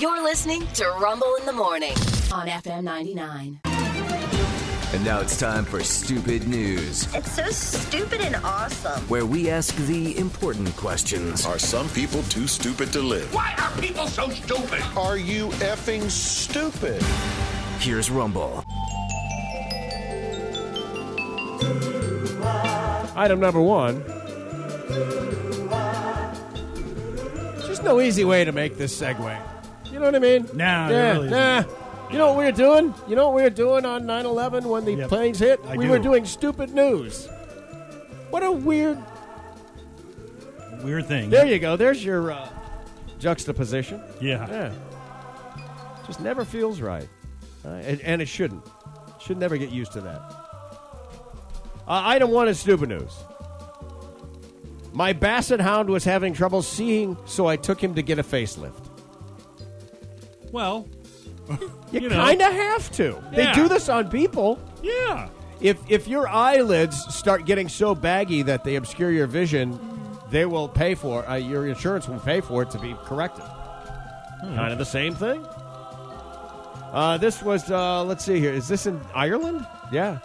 You're listening to Rumble in the Morning on FM 99. And now it's time for Stupid News, It's so stupid and awesome. where we ask the important questions. Are some people too stupid to live? Why are people so stupid? Are you effing stupid? Here's Rumble. Item number one. There's no easy way to make this segue. You know what I mean? Nah, there yeah, really nah. You know what we were doing? You know what we were doing on 9/11 when the Yep, planes hit? I we do. were doing stupid news. What a weird. Weird thing. There you go. There's your uh, juxtaposition. Yeah. Yeah. Just never feels right. Uh, and, and it shouldn't. Should never get used to that. Uh, item one is stupid news. My basset hound was having trouble seeing, so I took him to get a facelift. Well, You, You know. kind of have to. Yeah. They do this on people. yeah. If if your eyelids start getting so baggy that they obscure your vision, they will pay for uh, your insurance will pay for it to be corrected. Hmm. Kind of the same thing. Uh, this was uh, let's see here. Is this in Ireland? Yeah.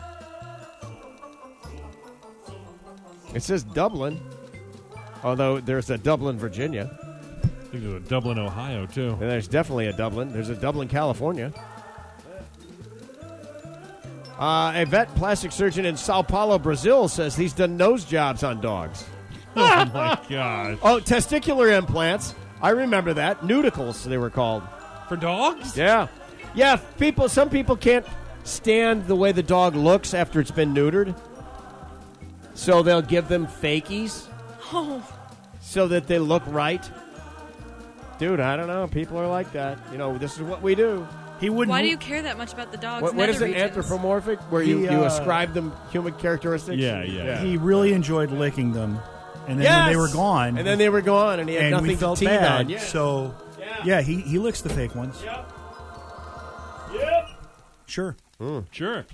It says Dublin, although there's a Dublin, Virginia. I think there's a Dublin, Ohio, too. And there's definitely a Dublin. There's a Dublin, California. Uh, a vet plastic surgeon in Sao Paulo, Brazil says he's done nose jobs on dogs. oh, my God. Oh, testicular implants. I remember that. Nudicles, they were called. For dogs? Yeah. Yeah, people, some people can't stand the way the dog looks after it's been neutered. So they'll give them fakies. So that they look right. Dude, I don't know. People are like that. You know, this is what we do. He wouldn't. Why do you care that much about the dog's What, what nether is it, regions? anthropomorphic? Where you, He, you uh, ascribe them human characteristics? Yeah, yeah, yeah. Yes! you- He And then, was He really enjoyed licking them, and then when they were gone, they were gone, and he had and nothing we felt to teeth bad. on. Yeah. So, yeah, he he licks the fake ones. Sure. Sure.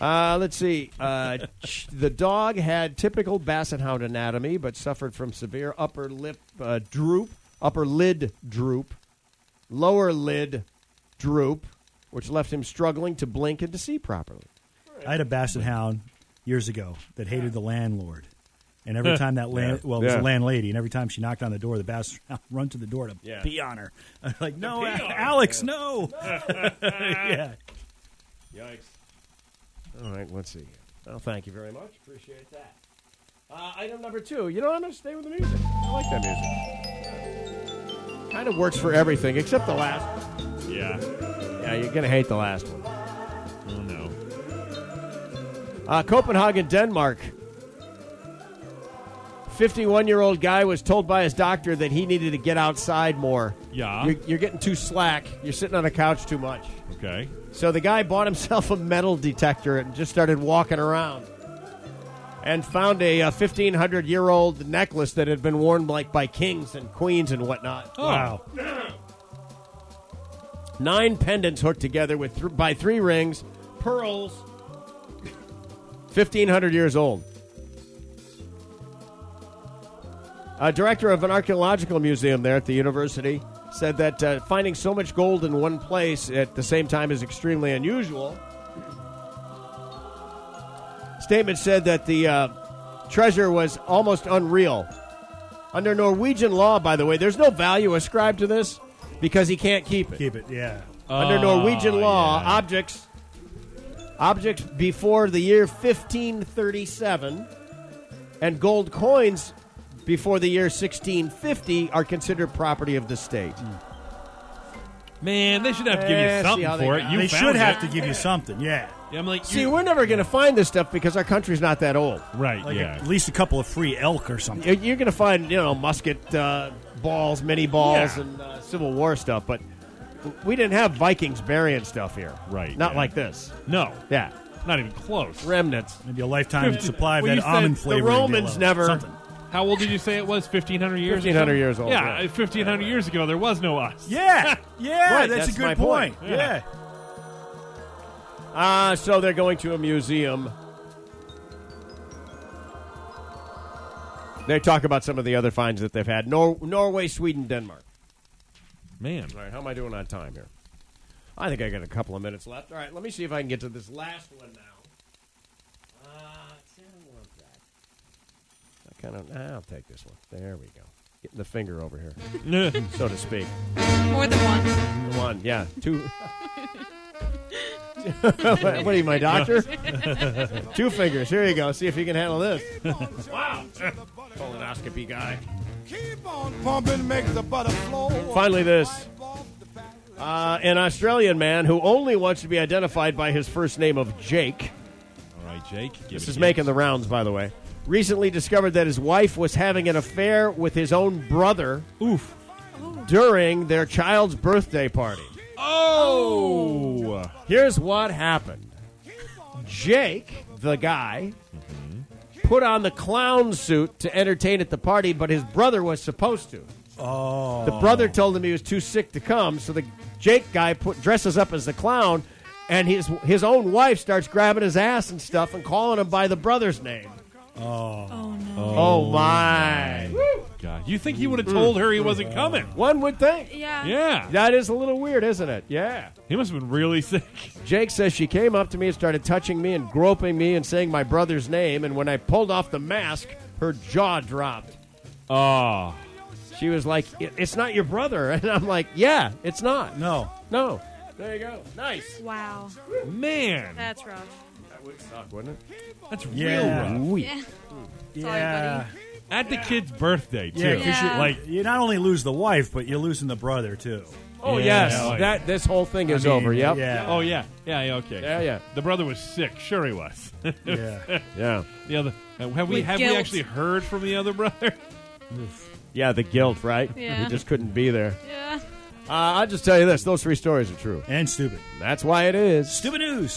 Uh, let's see. Uh, ch- the dog had typical basset hound anatomy, but suffered from severe upper lip uh, droop, upper lid droop, lower lid droop, which left him struggling to blink and to see properly. I had a basset hound years ago that hated the landlord, and every time that land well, it was Yeah. a landlady, and every time she knocked on the door, the basset hound would run to the door to Yeah. pee on her. I'm like, no, Alex, no. yeah. Yikes. All right, let's see. Well, thank you very much. Appreciate that. Uh, item number two. You know, I'm going to stay with the music. I like that music. Kind of works for everything except the last one. Yeah. Yeah, you're going to hate the last one. Oh, no. Uh, Copenhagen, Denmark. 51 year old guy was told by his doctor that he needed to get outside more. Yeah. You're, you're getting too slack. You're sitting on a couch too much. Okay. So the guy bought himself a metal detector and just started walking around and found a uh, 1500 year old necklace that had been worn like by kings and queens and whatnot. Oh. Wow. Nine pendants hooked together with th- by three rings, pearls. 1500 years old. A director of an archaeological museum there at the university said that uh, finding so much gold in one place at the same time is extremely unusual. Statement said that the uh, treasure was almost unreal. Under Norwegian law, by the way, there's no value ascribed to this because he can't keep it. Keep it. Yeah. Under Norwegian Ah, law, Oh, yeah. objects objects before the year 1537 and gold coins before the year 1650 are considered property of the state. Mm. Man, they should have to give Eh, you see how something they for it. got You they found should it. have to give you something. Yeah. Yeah, I'm like, See, you- we're never going to find this stuff because our country's not that old. Right, Like yeah. at least a couple of free elk or something. You're going to find, you know, musket uh, balls, mini balls, and uh, Civil War stuff, but we didn't have Vikings burying stuff here. Right, Not yeah. like this. no. Yeah. Not even close. Remnants. Maybe a lifetime Fifty- supply of Well, that you said almond the flavor. the Romans never. Something. How old did you say it was? 1,500 years? or 1,500 something? years old, Yeah, yeah. 1,500 years ago, there was no us. Yeah, yeah, Right, that's, that's a my good point. point. Yeah. Yeah. Ah, so they're going to a museum. They talk about some of the other finds that they've had. Nor- Norway, Sweden, Denmark. Man. All right, how am I doing on time here? I think I got a couple of minutes left. All right, let me see if I can get to this last one now. Uh, see, I don't want that. I kind of. I'll take this one. There we go. Getting the finger over here, so to speak. More than one. One, yeah, two. what are you, my doctor? two fingers. Here you go. See if you can handle this. wow, colonoscopy guy. Keep on pumping, make the butter flow. Finally, this. Uh, an Australian man who only wants to be identified by his first name of Jake. All right, Jake. Give This it is to making you. the rounds, by the way. Recently discovered that his wife was having an affair with his own brother Oof. during their child's birthday party. Oh. Here's what happened Jake, the guy, put on the clown suit to entertain at the party, but his brother was supposed to. Oh. The brother told him he was too sick to come, so the Jake guy put, dresses up as the clown, and his, his own wife starts grabbing his ass and stuff and calling him by the brother's name. Oh no. Oh, my. God. You think he would have told her he wasn't coming? One would think. Yeah. Yeah. That is a little weird, isn't it? Yeah. He must have been really sick. Jake says she came up to me and started touching me and groping me and saying my brother's name. And when I pulled off the mask, her jaw dropped. Oh. She was like, "It- "It's not your brother," and I'm like, "Yeah, it's not." No. No. There you go. Nice. Wow. Man. That's rough. That would suck, wouldn't it? That's Yeah. real rough. Yeah. Sorry, Yeah. buddy. At the kid's birthday, too. Yeah, 'cause Yeah. You, like, you not only lose the wife, but you're losing the brother, too. Oh Yeah. yes, Oh, yeah. that this whole thing is I mean, over. Yep. Yeah. Oh, yeah. Yeah, yeah, okay. Yeah, yeah. The brother was sick. Sure he was. yeah. Yeah. the other. uh, have we, With have we guilt. actually heard from the other brother? Yeah. The guilt, right? Yeah. He just couldn't be there. Yeah. Uh, I'll just tell you this: those three stories are true. And stupid. That's why it is. Stupid news.